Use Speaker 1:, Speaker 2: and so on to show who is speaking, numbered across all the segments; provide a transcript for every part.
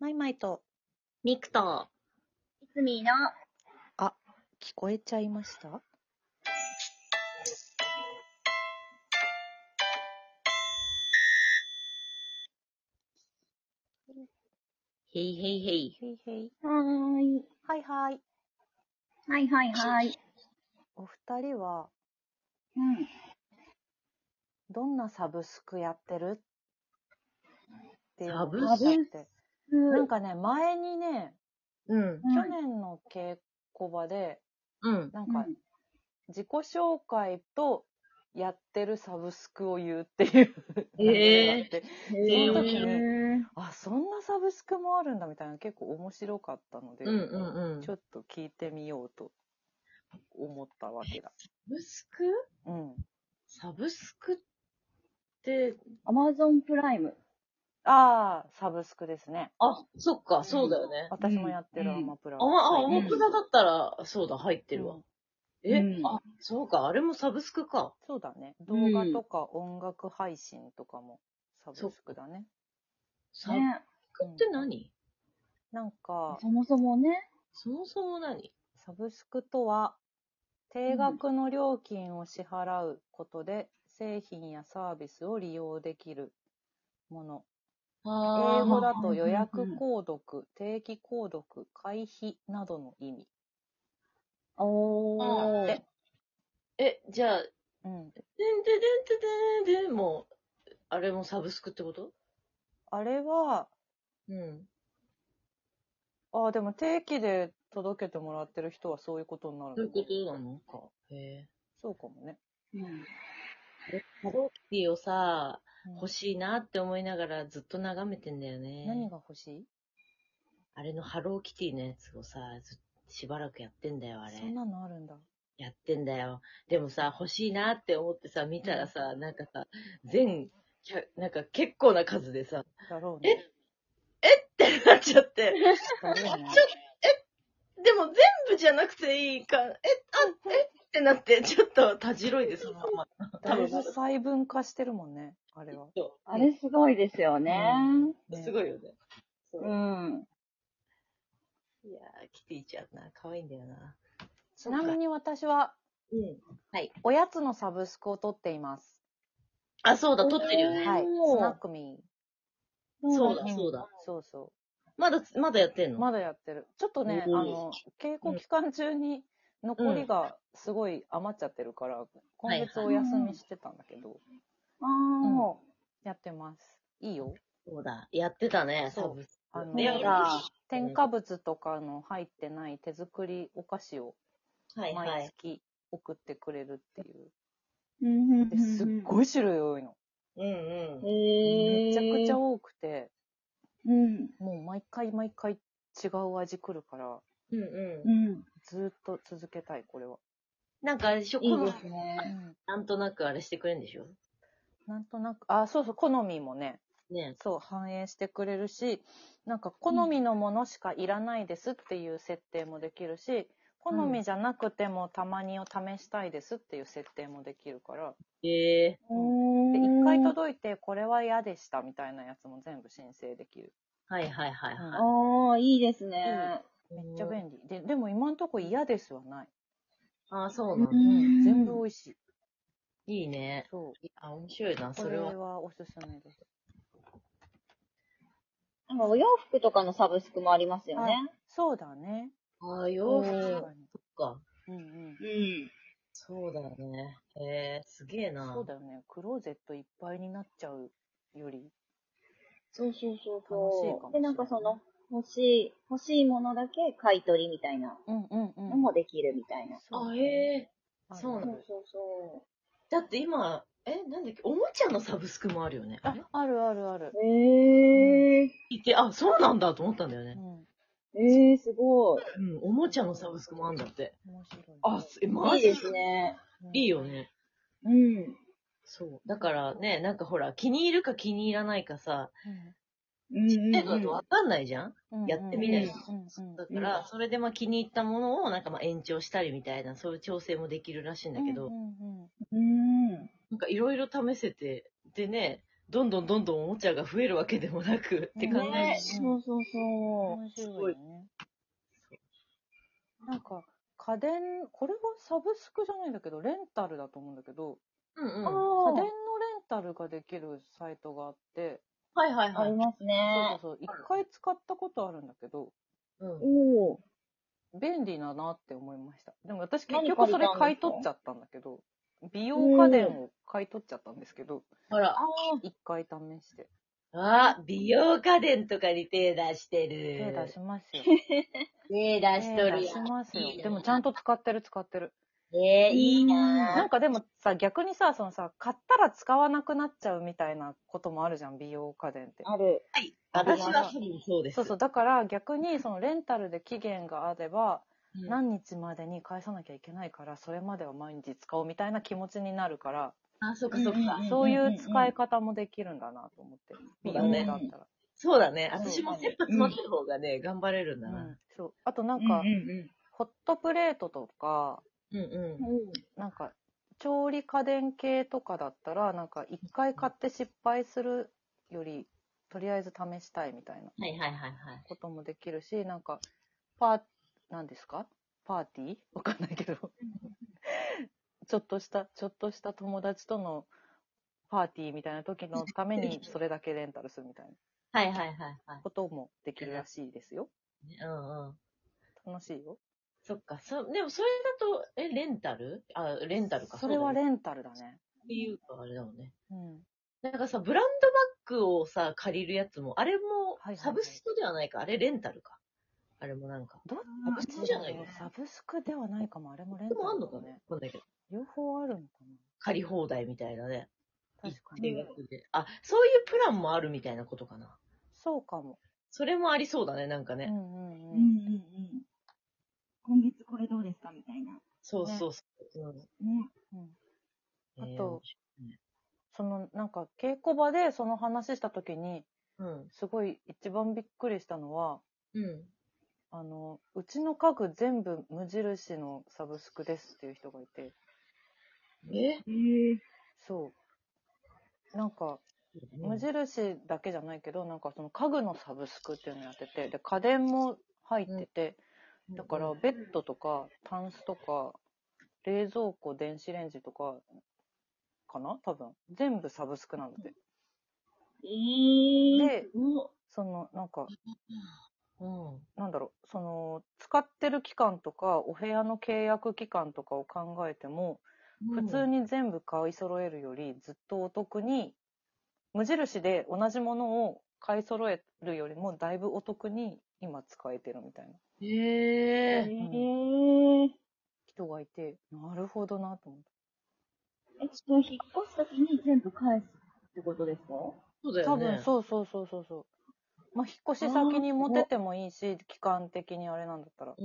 Speaker 1: マイマイと
Speaker 2: ミクと、いつみの、
Speaker 1: 聞こえちゃいました
Speaker 2: へいへいへい。
Speaker 1: へいへい。
Speaker 2: はーい。
Speaker 1: はいはい。
Speaker 2: はいはいはい。
Speaker 1: お二人は
Speaker 2: うん。
Speaker 1: どんなサブスクやってるっていうの
Speaker 2: サブ
Speaker 1: があっ
Speaker 2: スク
Speaker 1: て。なんかね、前にね、
Speaker 2: うん。
Speaker 1: 去年の稽古場で、
Speaker 2: うん。
Speaker 1: なんか自己紹介とやってるサブスクを言うっていう。
Speaker 2: へー
Speaker 1: ーって。
Speaker 2: へ
Speaker 1: その時に
Speaker 2: ー
Speaker 1: あ、そんなサブスクもあるんだみたいな結構面白かったので、
Speaker 2: うんうんうん。
Speaker 1: ちょっと聞いてみようと思ったわけだ。
Speaker 2: ブスク
Speaker 1: うん。
Speaker 2: サブスクって、
Speaker 3: アマゾンプライム。
Speaker 1: ああ、サブスクですね。
Speaker 2: あ、そっか、そうだよね。
Speaker 1: 私もやってる
Speaker 3: うん
Speaker 1: アマプラ。
Speaker 2: あ、あ、
Speaker 1: うん
Speaker 2: 重くだだったら、そうだ、入ってるわ。え、
Speaker 3: うん
Speaker 2: あ、そうか、あれもサブスクか。
Speaker 1: そうだね。
Speaker 2: う
Speaker 1: 動
Speaker 2: ん
Speaker 1: 画とか音楽配信とかもサブスクだね。
Speaker 2: サブス
Speaker 3: ね、
Speaker 2: クって何
Speaker 1: なんか、
Speaker 3: そもそもね。
Speaker 2: そもそも何
Speaker 1: サブスクとは、定額の料金を支払うことで、製品やサービスを利用できるもの。英語だと予約購読、定期購読、会費などの意味。
Speaker 3: お
Speaker 1: ー
Speaker 2: え、じゃあ、
Speaker 1: うん。
Speaker 2: でんででんででんでんもう、あれもサブスクってこと
Speaker 1: あれは、
Speaker 2: うん。
Speaker 1: ああ、でも定期で届けてもらってる人はそういうことになるの
Speaker 2: そういうことなのか。へ
Speaker 1: そうかもね。
Speaker 2: え。サブスクをさ、
Speaker 1: うん
Speaker 2: 欲しいなって思いながらずっと眺めてんだよね。
Speaker 1: 何が欲しい
Speaker 2: あれのハローキティのやつをさ、ずっしばらくやってんだよ、あれ
Speaker 1: そ。んなのあるんだ。
Speaker 2: やってんだよ。でもさ、欲しいなって思ってさ、見たらさ、なんかさ、全、きゃなんか結構な数でさ、
Speaker 1: だろうね。
Speaker 2: ってなっちゃって。
Speaker 1: だろう ね。
Speaker 2: でも全部じゃなくていいか、え、あ、えってなって、ちょっとたじろいでそのまま。
Speaker 1: だいぶ細分化してるもんね、あれは。
Speaker 3: あれすごいですよね。
Speaker 1: ね
Speaker 2: すごいよね。そう
Speaker 3: うん。
Speaker 2: いやー、キティちゃんな、可愛いんだよな。
Speaker 1: ちなみに私は、
Speaker 2: うん。
Speaker 1: おやつのサブスクを取っています。
Speaker 2: あ、そうだ、撮ってるよね。
Speaker 1: はい。
Speaker 3: おー
Speaker 1: スナックミ
Speaker 2: そうだ、
Speaker 1: ー。
Speaker 2: そうだ。。
Speaker 1: そうそ
Speaker 2: まだ、まだやってん
Speaker 1: う。
Speaker 2: の
Speaker 1: まだやってる。ちょっとね、あ
Speaker 2: おー
Speaker 1: の、稽古期間中に残りがすごい余っちゃってるから、今月お休みしてたんだけど、
Speaker 3: あ
Speaker 1: やってます。いいよ。
Speaker 2: そうだ、やってたね、
Speaker 1: そう
Speaker 2: サブスク
Speaker 1: あの
Speaker 2: ね
Speaker 1: な
Speaker 2: は
Speaker 1: ん
Speaker 2: い
Speaker 1: か添加物とかの入ってない手作りお菓子を
Speaker 2: はいは
Speaker 1: 毎
Speaker 2: い。
Speaker 1: 月送ってくれるっていう。
Speaker 3: うん。
Speaker 1: ですっごい種類多いの。
Speaker 2: うんうん。
Speaker 3: い
Speaker 1: めちゃくちゃ多くて、
Speaker 3: うん。
Speaker 1: もう毎回毎回違う味来るから、
Speaker 2: うんう。
Speaker 3: うんん。
Speaker 1: ずーっと続けたい、これは。
Speaker 2: なんかあれでしょ、
Speaker 3: い
Speaker 2: 好
Speaker 3: い
Speaker 2: み
Speaker 3: ですね。
Speaker 2: なんとなくあれしてくれんでしょ
Speaker 1: なんとなく、あ、そうそう、好みもね、
Speaker 2: ね
Speaker 1: そう、反映してくれるし、なんか好みのものしかいらないですっていう設定もできるし、好みじゃなくてもたまにを試したいですっていう設定もできるから、
Speaker 2: ええ
Speaker 1: で、一回
Speaker 3: く。
Speaker 1: 届いてこれは嫌でしたみたいなやつも全部申請できる。
Speaker 2: はいはいはいは
Speaker 3: おー、いいですね。
Speaker 2: い。
Speaker 1: めっちゃ便利。で、でも今んとこ嫌ですはない。
Speaker 2: ああ、そう
Speaker 3: う
Speaker 2: なの。
Speaker 3: ん
Speaker 1: 全部美味しい。
Speaker 2: いいね。
Speaker 1: そう。
Speaker 2: あ、面白いな、
Speaker 1: こ
Speaker 2: そ
Speaker 1: れ
Speaker 2: れは。
Speaker 1: はおすすめです。
Speaker 3: なんかお洋服とかのサブスクもありますよね。
Speaker 1: そうだね。
Speaker 2: ああ、洋
Speaker 3: う
Speaker 2: 服
Speaker 1: 確
Speaker 3: ん
Speaker 1: かに
Speaker 2: か。
Speaker 1: うんうん。
Speaker 3: うん。
Speaker 2: そうだよね。へえ、すげえな。
Speaker 1: そうだよね。クローゼットいっぱいになっちゃうより。
Speaker 3: そうそうそう
Speaker 1: 楽しいか
Speaker 3: そ
Speaker 1: も
Speaker 3: う。で、なんかその、欲しい、欲しいものだけ買い取りみたいな
Speaker 1: うんうんう
Speaker 3: の
Speaker 1: ん。
Speaker 3: もできるみたいな。
Speaker 2: あ、
Speaker 1: え。
Speaker 2: へえ。
Speaker 1: ある
Speaker 2: そうな
Speaker 3: そう
Speaker 2: の
Speaker 3: そうそ
Speaker 2: だって今、え、なんだっけ、おもちゃのサブスクもあるよね。あ
Speaker 1: あ
Speaker 2: れ、
Speaker 1: あるあるある。
Speaker 3: う。えー。
Speaker 2: いて、あ、そうなんだと思ったんだよ
Speaker 1: う
Speaker 2: ね
Speaker 1: ん。。
Speaker 3: ええすごい。
Speaker 2: うん、おもちゃのサブスクもあんだって。
Speaker 1: 面白い。
Speaker 2: あ、すえ、マ
Speaker 3: いい
Speaker 2: ジ
Speaker 3: ですね。
Speaker 1: うん、
Speaker 2: いいよね。
Speaker 3: うん。
Speaker 2: そう。だからね、なんかほら、気に入るか気に入らないかさ、
Speaker 3: うんうん
Speaker 2: だとわかんないじゃん、
Speaker 1: うん。
Speaker 2: やってみない
Speaker 1: うんうん
Speaker 2: だから、それでまあ気に入ったものをなんかまあ延長したりみたいな、そういう調整もできるらしいんだけど、
Speaker 1: うんうんうん
Speaker 3: うん。
Speaker 2: なんかいろいろ試せて、でね、どんどんどんどんおもちゃが増えるわけでもなくって考え
Speaker 1: ね
Speaker 2: る
Speaker 1: え
Speaker 3: そうそうそ
Speaker 1: 面白いよね。なんか、家電、これはサブスクじゃないんだけど、レンタルだと思うんだけど、
Speaker 2: うんう
Speaker 3: う。
Speaker 1: 家
Speaker 2: ん
Speaker 1: 電の
Speaker 3: あ
Speaker 1: レンタルができるサイトがあって、
Speaker 2: はいはい
Speaker 3: あ、あ
Speaker 2: は
Speaker 3: り
Speaker 2: い。
Speaker 3: ます
Speaker 1: そう
Speaker 3: ね。
Speaker 1: そうそう、一回使ったことあるんだけど、
Speaker 2: うん
Speaker 3: おお。
Speaker 1: 便利だなって思いました。でも私結
Speaker 3: 何
Speaker 1: 局それ
Speaker 3: 借りたん
Speaker 1: 買い取
Speaker 3: ですか
Speaker 1: っちゃったんだけど、美容家電を買い取っちゃったんですけど、
Speaker 2: ほら。
Speaker 1: 一回試して。
Speaker 2: あ、美容家電とかに手出して
Speaker 1: 手
Speaker 2: る。
Speaker 1: 出しますよ。
Speaker 2: 手出しと
Speaker 1: 手
Speaker 2: る
Speaker 1: 出
Speaker 2: や
Speaker 1: し
Speaker 2: ん。
Speaker 1: ますよ
Speaker 2: いい。な
Speaker 1: でもちゃんと使ってる使ってる。
Speaker 2: えー、いい
Speaker 1: なん
Speaker 2: な
Speaker 1: かでもさ、逆にさ、そのさ、買ったら使わなくなっちゃうみたいなこともあるじゃん、美容家電って。
Speaker 3: ある。
Speaker 2: はい。私は多分そうです。
Speaker 1: そうそう、だから逆にそのレンタルで期限があれば、
Speaker 2: うん。
Speaker 1: 何日までに返さなきゃいけないから、それまでは毎日使おうみたいな気持ちになるから、
Speaker 2: あ、そっかそっ
Speaker 3: うんうんう
Speaker 2: か
Speaker 3: ん。
Speaker 1: そういう使い方もできるんだなと思って。
Speaker 2: そう
Speaker 1: 美
Speaker 2: だ
Speaker 1: 容
Speaker 2: ね
Speaker 1: だったら。
Speaker 2: そうだね。
Speaker 1: そう
Speaker 2: 私も切羽詰まってる方がね、頑張れるん
Speaker 1: う
Speaker 2: だ
Speaker 1: ん
Speaker 2: な。、
Speaker 1: そう。あとな
Speaker 3: なん
Speaker 1: か
Speaker 3: うん、う
Speaker 1: ホットプレートとか、
Speaker 2: うんうん
Speaker 3: ん。うん。
Speaker 1: なんか、調理家電系とかだったら、なんか一回買って失敗するより、とりあえず試したいみたいな
Speaker 2: はいはいはいはい。
Speaker 1: こともできるし、なんか、パー、なんですかパーティー わかんないけど。ちょっとした、ちょっとした友達とのパーティーみたいな時のために、それだけレンタルするみたいな
Speaker 2: はいはいはいはい。
Speaker 1: こともできるらしいですよ。
Speaker 2: うんうん。
Speaker 1: 楽しいよ。
Speaker 2: そっか。そ、でもそれだと、え、レンタルあ、レンタルか。
Speaker 1: それは
Speaker 2: ン
Speaker 1: レンタルだね。
Speaker 2: っていうか、あれだもんね。
Speaker 1: うん。
Speaker 2: なんかさ、ブランドバッグをさ、借りるやつも、あれも
Speaker 1: はいはいは、い
Speaker 2: サブスクではないか、あれレンタルか。あれもなんか。
Speaker 1: どっ
Speaker 2: サブスクじゃない
Speaker 1: の
Speaker 2: の
Speaker 1: サブスクではないかも、あれもレン
Speaker 2: で
Speaker 1: タル
Speaker 2: もあんの
Speaker 1: だ
Speaker 2: か
Speaker 1: もん
Speaker 2: ね
Speaker 1: ね。
Speaker 2: わかんないけど。
Speaker 1: 両方あるのか
Speaker 2: 借り放題みたいなね。
Speaker 1: な確か
Speaker 2: 一定
Speaker 1: に。
Speaker 2: 額であ、そういうプランもあるみたいなことかな。
Speaker 1: そうかも。
Speaker 2: それもありそうだね、なんか
Speaker 1: う
Speaker 2: ね。
Speaker 1: んうんう
Speaker 3: う
Speaker 1: ん。
Speaker 3: うんん。今月これどうですかみたいな。
Speaker 2: そうそうそう。うん
Speaker 3: ね。
Speaker 1: うん
Speaker 2: えー
Speaker 1: あとその、なんか、稽古場でその話した時に、
Speaker 2: うん。
Speaker 1: すごい一番びっくりしたのは、
Speaker 2: うん。
Speaker 1: あの、うちの家具全部無印のサブスクですっていう人がいて、
Speaker 2: え
Speaker 3: ええ。
Speaker 1: そう。なんか、無印だけじゃないけど、なんかその家具のサブスクっていうのやってて、で、家電も入ってて、だから、ベッドとか、タンスとか、冷蔵庫、電子レンジとか、かな多分。全部サブスクなんだって。
Speaker 3: ええ。
Speaker 1: で、その、なんか、
Speaker 2: うん。
Speaker 1: なんだろう、その、使ってる期間とか、お部屋の契約期間とかを考えても、普通に全部買い揃えるより、ずっとお得に、無印で同じものを買い揃えるよりも、だいぶお得に今使えてるみたいな
Speaker 2: え
Speaker 3: え
Speaker 2: え
Speaker 3: え。
Speaker 1: 人がいて、なるほどなと思って。
Speaker 3: え、ちょっと引っ越すときに全部返すってことですか
Speaker 2: そうだ
Speaker 1: 多
Speaker 2: よね。
Speaker 1: 分そうそうそうそうそう。まあ、引っ越し先に持ってってもいいし、期間的にあれなんだったら。
Speaker 3: あ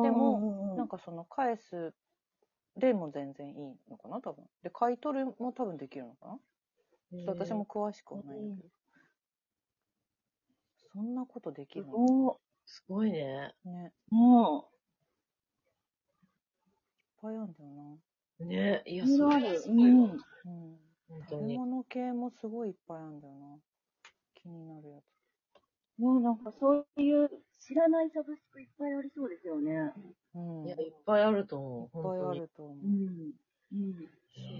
Speaker 3: あ
Speaker 1: でも
Speaker 3: も
Speaker 1: なんかその返す例も全然いいのかな多分。で、買い取りも多分できるのかな
Speaker 2: う
Speaker 1: ち
Speaker 2: ん
Speaker 1: ょっと私も。詳しくはないんだけど。そんなことでき
Speaker 3: す
Speaker 1: るの
Speaker 3: ご
Speaker 2: すごいね。
Speaker 1: ね。
Speaker 3: い。も、
Speaker 1: いっぱいあるんだよ
Speaker 2: ね。いうや、
Speaker 3: い
Speaker 2: そ
Speaker 3: ろ
Speaker 2: れ
Speaker 3: あ
Speaker 2: は
Speaker 3: る。
Speaker 2: す
Speaker 3: う
Speaker 2: ごいわ。
Speaker 3: ん。
Speaker 1: な。うん。
Speaker 2: 本当
Speaker 1: 食べ
Speaker 2: に。
Speaker 1: 物系もすごいいっぱいあるんだよな。気になるやつ。
Speaker 3: もうなんかそういう知らないサブスクいっぱいありそうですよね。
Speaker 1: うん。
Speaker 2: い
Speaker 1: い
Speaker 2: や、
Speaker 1: っ
Speaker 2: いっぱいあると思う。
Speaker 1: ぱいあ
Speaker 2: 本当に。
Speaker 1: ると思う。
Speaker 3: ん。うん。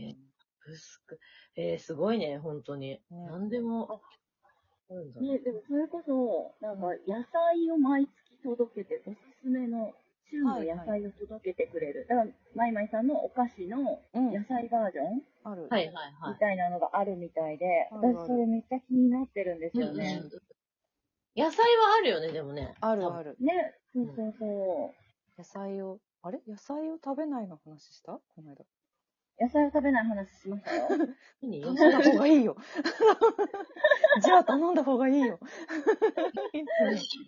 Speaker 2: えーブスクえー、すごいね、本当に。何でも。あるんだね
Speaker 3: ね、でもそれこそ、なんか野菜を毎月届けて、おすすめの旬の野菜を届けてくれる。だから、マイマイさんのお菓子の
Speaker 1: うん。う
Speaker 3: 野
Speaker 1: ん。
Speaker 3: 菜バージョン
Speaker 1: ある。
Speaker 2: はいはいは
Speaker 3: み
Speaker 2: い。
Speaker 3: たいなのがあるみたいで、
Speaker 1: あるある
Speaker 3: 私それめっちゃ気になってるんですよね。
Speaker 2: うん野菜はあるよね、でもね。
Speaker 1: あるある。
Speaker 3: ね、そうそうそう。
Speaker 1: 野菜を、あれ野菜を食べないの話したこの間。
Speaker 3: 野菜を食べない話しましたよ。
Speaker 2: 多分。
Speaker 1: 頼んだ 方がいいよ。じゃあ頼んだ方がいいよ。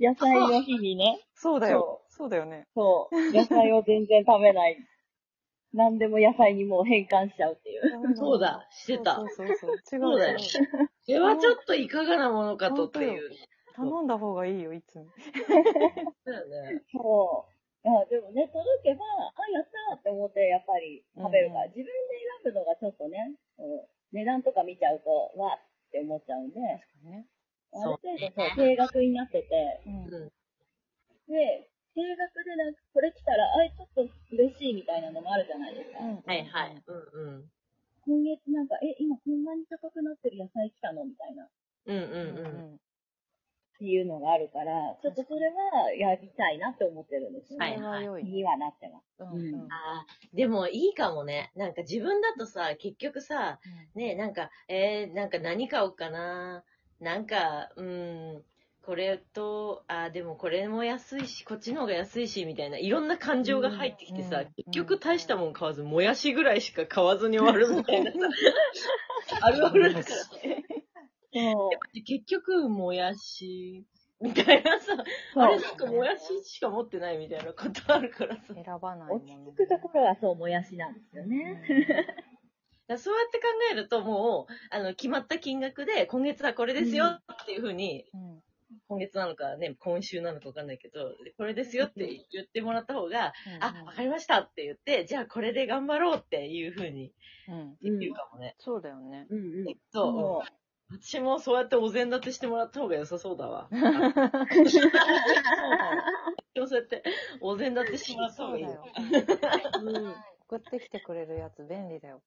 Speaker 3: 野菜の日にね、
Speaker 1: そうだよ。そうだよね。
Speaker 3: そう、野菜を全然食べない。何でも野菜にもう変換しちゃうっていう。
Speaker 2: そうだ、してた
Speaker 1: そう。そうそうそう。違う
Speaker 2: そうだよ
Speaker 1: 違う
Speaker 2: それはちょっといかがなものかとっていう。
Speaker 1: 頼んだ方がいいよ、いつも。
Speaker 2: だよね。
Speaker 3: そう。あでもね、届けば、あ、やったーって思って、やっぱり食べるから、
Speaker 1: うん
Speaker 3: 自分で選ぶのがちょっとね、うん値段とか見ちゃうと、わーっって思っちゃうんで、
Speaker 1: 確かにね。
Speaker 3: あ
Speaker 2: そう
Speaker 3: る程度そう、定額になってて、
Speaker 1: うん。
Speaker 2: うん
Speaker 3: で、定額でなんかこれ来たら、あれちょっと嬉しいみたいなのもあるじゃないですか。
Speaker 1: うん
Speaker 2: はいはい。。うんうん。
Speaker 3: 今月なんか、え、今こんなに高くなってる野菜来たのみたいな。っ
Speaker 2: うん
Speaker 1: う
Speaker 2: うんうん。
Speaker 1: ん
Speaker 3: ていうのがあるから、ちょっとそれはやりたいなって思ってるんです
Speaker 1: そ
Speaker 3: よ
Speaker 2: はい
Speaker 1: れ
Speaker 3: ね。
Speaker 1: は良い。
Speaker 3: 次はなってます。
Speaker 1: うん
Speaker 3: う
Speaker 1: うん
Speaker 3: ん
Speaker 1: うん
Speaker 2: ああ、でもいいかもね。なんか自分だとさ、結局さ、ね、なんか、えー、なんか何買おうかな。なんか、うん、これと、あーでもこれも安いし、こっちの方が安いし、みたいな、いろんな感情が入ってきてさ、
Speaker 1: うんうん
Speaker 2: 結局大したもん買わず、もやしぐらいしか買わずに終わるみた いなさ、あるあるだから。
Speaker 3: そう。
Speaker 2: 結局、もやし、みたいなさ、あれなんかもやししか持ってないみたいなことあるからさ。
Speaker 1: 選ばないも
Speaker 3: 落
Speaker 1: の
Speaker 3: ち。着くところはそう、もやしなんですよ
Speaker 1: うん
Speaker 3: ね。
Speaker 2: だからそうやって考えると、もう、あの、決まった金額で、今月はこれですよっていうふうに、
Speaker 1: うん
Speaker 2: 今月なのかね、今週なのかわかんないけど、これですよって言ってもらった方が、あ、わかりましたって言って、じゃあこれで頑張ろうっていうふうに
Speaker 1: うん。
Speaker 2: できるかもね。
Speaker 1: そうだよ ね。
Speaker 3: うんうん
Speaker 2: えっと、
Speaker 3: う。
Speaker 2: 私もそうやってお膳立てしてもらった方が良さそうだわ。でもそうやって、お膳立てしてもらった
Speaker 1: そ
Speaker 2: 方が
Speaker 1: う
Speaker 2: いい
Speaker 1: だ
Speaker 2: よ
Speaker 1: よ。
Speaker 3: うん
Speaker 1: 送ってきてくれるやつ便利だよ。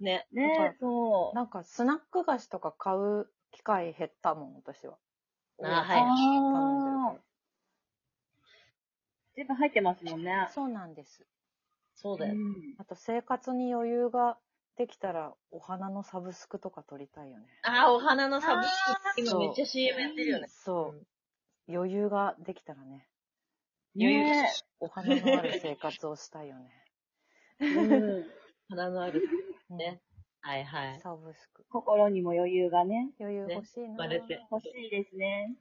Speaker 2: ね。
Speaker 3: ねえ、そう。
Speaker 1: なんかスナック菓子とか買う機会減ったもん、私は。
Speaker 2: あはい
Speaker 1: 頼んでるか
Speaker 3: 全部入ってますもんね。
Speaker 1: ら。そうなんです。
Speaker 2: そうだよ。
Speaker 3: ん
Speaker 1: あと生活に余裕ができたら、お花のサブスクとか取りたいよね。
Speaker 2: あー、お花のサブスク、
Speaker 1: あー
Speaker 2: 今めっちゃ CM やってるよね。
Speaker 1: そう。余裕ができたらね、
Speaker 2: 余裕
Speaker 3: ね
Speaker 1: お花のある生活をしたいよね。
Speaker 3: えうん
Speaker 2: 花のある。
Speaker 1: うん
Speaker 2: ねはいはい。
Speaker 1: サブスク。
Speaker 3: 心にも余裕がね、
Speaker 1: 余裕欲しいな。
Speaker 2: 生まれて。
Speaker 3: 欲しいですね。